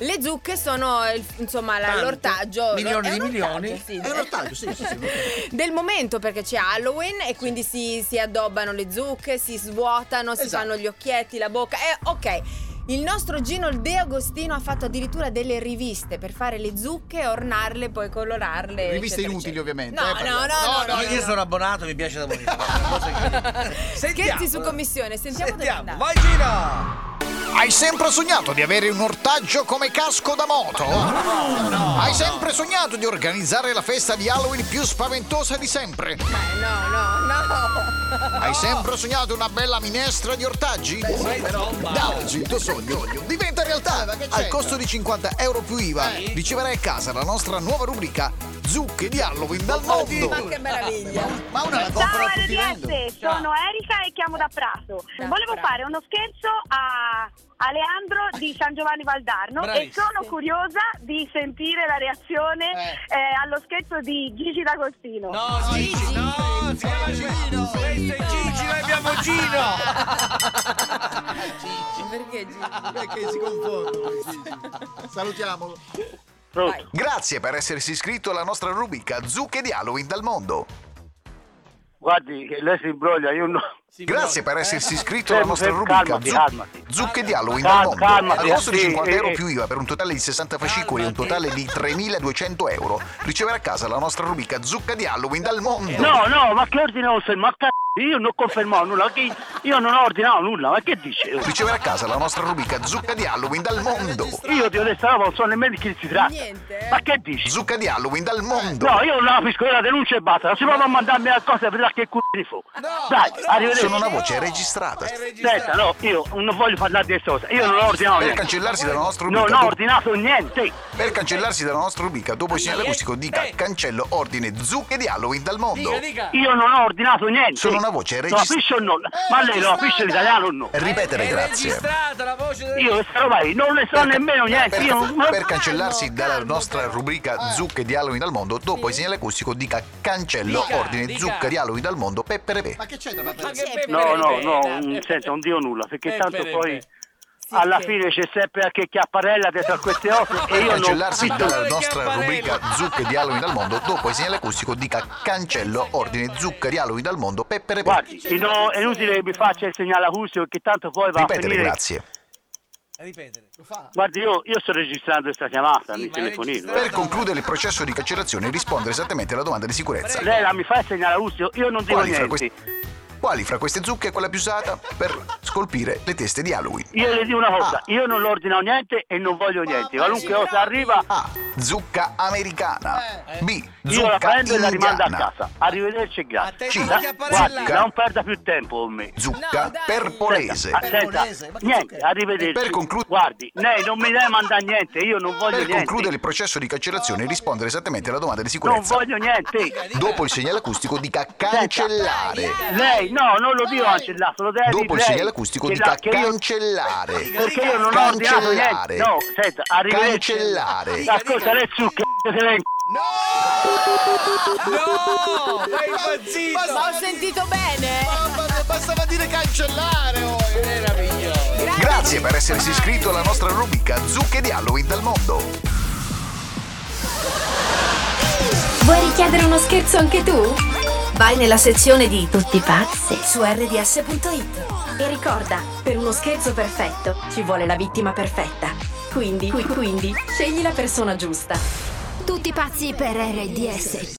Le zucche sono il- insomma la- Tanto. l'ortaggio è Milioni di un ortaggio, milioni. sì. È un ortaggio, sì, sì, sì. del momento perché c'è Halloween e quindi si, si addobbano le zucche, si svuotano, si Esatto. fanno gli occhietti, la bocca. Eh, ok. Il nostro Gino il De Agostino ha fatto addirittura delle riviste per fare le zucche, ornarle, poi colorarle. Riviste eccetera, inutili, eccetera. ovviamente, eh, No, parliamo. no, No, no, no, io sono abbonato, mi piace da morire. Cosa che- Scherzi su commissione, sentiamo, dove Sentiamo, andare. vai Gino! Hai sempre sognato di avere un ortaggio come casco da moto? Hai sempre sognato di organizzare la festa di Halloween più spaventosa di sempre? Eh, No, no, no. Hai sempre sognato una bella minestra di ortaggi? Da oggi il tuo sogno diventa realtà! Al costo di 50 euro più IVA riceverai a casa la nostra nuova rubrica Zucche di Halloween dal mondo! Ma che meraviglia. Ma una la Ciao RDS, sono Erika e chiamo da Prato. Da Volevo Prato. fare uno scherzo a, a Leandro di San Giovanni Valdarno e Bravissimo. sono curiosa di sentire la reazione eh, allo scherzo di Gigi D'Agostino. No, Gigi, no, si chiama Eh, Gino! eh, Questo è Gigi, noi abbiamo Gino! Perché Gino? Perché si confondono? Salutiamolo! Vai. Grazie per essersi iscritto alla nostra rubrica Zucche di Halloween dal mondo. Guardi, che lei si imbroglia, io no. eh, Grazie per essersi iscritto Eh, alla nostra Fermo, rubrica calmati, Zuc- calmati. Zucche di Halloween Cal- dal mondo. calmati, Al costo di sì, 50 euro eh, più IVA per un totale di 60 fascicoli e un totale di 3200 euro, riceverà a casa la nostra rubrica Zucca di Halloween dal mondo. No, no, ma che ordine ho se- Ma c***o, io non ho confermato nulla, che- io non ho ordinato nulla, ma che dice? Riceverà a casa la nostra rubrica Zucca di Halloween dal mondo. Io ti ho detto, no, non so nemmeno di chi si tratta. Niente, eh. Ma che dici? Zucca di Halloween dal mondo. No, io non la capisco, io la denuncio e basta, non si prova a mandarmi la cosa per la che c***o di fu. Dai, arrivederci. Sono una voce Eh, registrata. Senta, no, io non voglio parlare di questa cosa, io non ho ordinato Per niente. cancellarsi dalla nostra rubrica, Non ho dopo- ordinato niente. per cancellarsi dalla nostra rubrica dopo il Eh. segnale acustico dica cancello ordine Zucche di Halloween dal mondo. eh, Io non ho ordinato niente. Sono una voce Eh, Lo regis- capisce o no? Ma lei lo capisce l'italiano o no? Ripetere grazie. registrata la voce del... Eh, Io questa roba lì non ne so nemmeno niente. Io Per, non- per cancellarsi dalla nostra rubrica Zucche di Halloween al mondo, dopo il segnale acustico dica cancello Dica, ordine dica. Zucca di Halloween al mondo Peppere Pe. Ma che c'è da Ma che Peppe No, no, no, Pepe. mm, senta, non dico nulla, perché Pepe, tanto Pepe. poi Sì, alla sì. fine c'è sempre anche chiapparella dietro a queste ossa e Per io non... cancellarsi Ma dalla dove nostra Chiapparello? rubrica Zucche di Halloween al mondo, dopo il segnale acustico dica cancello ordine Zucca di Halloween al mondo Peppere Pe. Guardi, no, è inutile che mi faccia il segnale acustico che tanto poi va a Ripetere finire... grazie. Eh, Ripetere. Guardi, io, io sto registrando questa chiamata, Sì, mi ma è telefonino. registrato. Per concludere il processo di cancellazione rispondere esattamente alla domanda di sicurezza. Lei la mi fa il segnale acustico, io non dico Eh, Quali niente. fra, queste, quali fra queste zucche è quella più usata per scolpire le teste di Halloween? Io le dico una cosa, Ah. io non l'ho ordinato niente e non voglio niente. Qualunque cosa arriva, A. Zucca americana. B. Eh. io la Zucca prendo e la rimando a indiana. casa. Arrivederci e grazie. Attento Da- alla chiapparella. guardi, non perda più tempo con me. No, Zucca dai. perpolese. Ah, senta, Polese, ma che niente, cos'è? arrivederci. Per conclu- Guardi, lei non mi deve mandare niente, io non voglio Per niente. concludere il processo di cancellazione rispondere esattamente alla domanda di non sicurezza. voglio niente. Eh, Dopo il segnale acustico dica cancellare. Lei, no, non lo dico cancellato, lo devi Dopo il lei, segnale acustico che dica la- che io- cancellare. Perché io non ho ordinato niente. Cancellare. No, senta, arrivederci. Cancellare. Ascolta, lei zucca, se lei... No, vai impazzito. Ho sentito bene. Bastava dire cancellare, oh. Grazie per essersi iscritto alla nostra rubrica Zucche di Halloween dal mondo. Vuoi richiedere uno scherzo anche tu? Vai nella sezione di Tutti pazzi su rds.it e ricorda, per uno scherzo perfetto ci vuole la vittima perfetta. Quindi, qui- quindi, scegli la persona giusta. Tutti pazzi per RDS.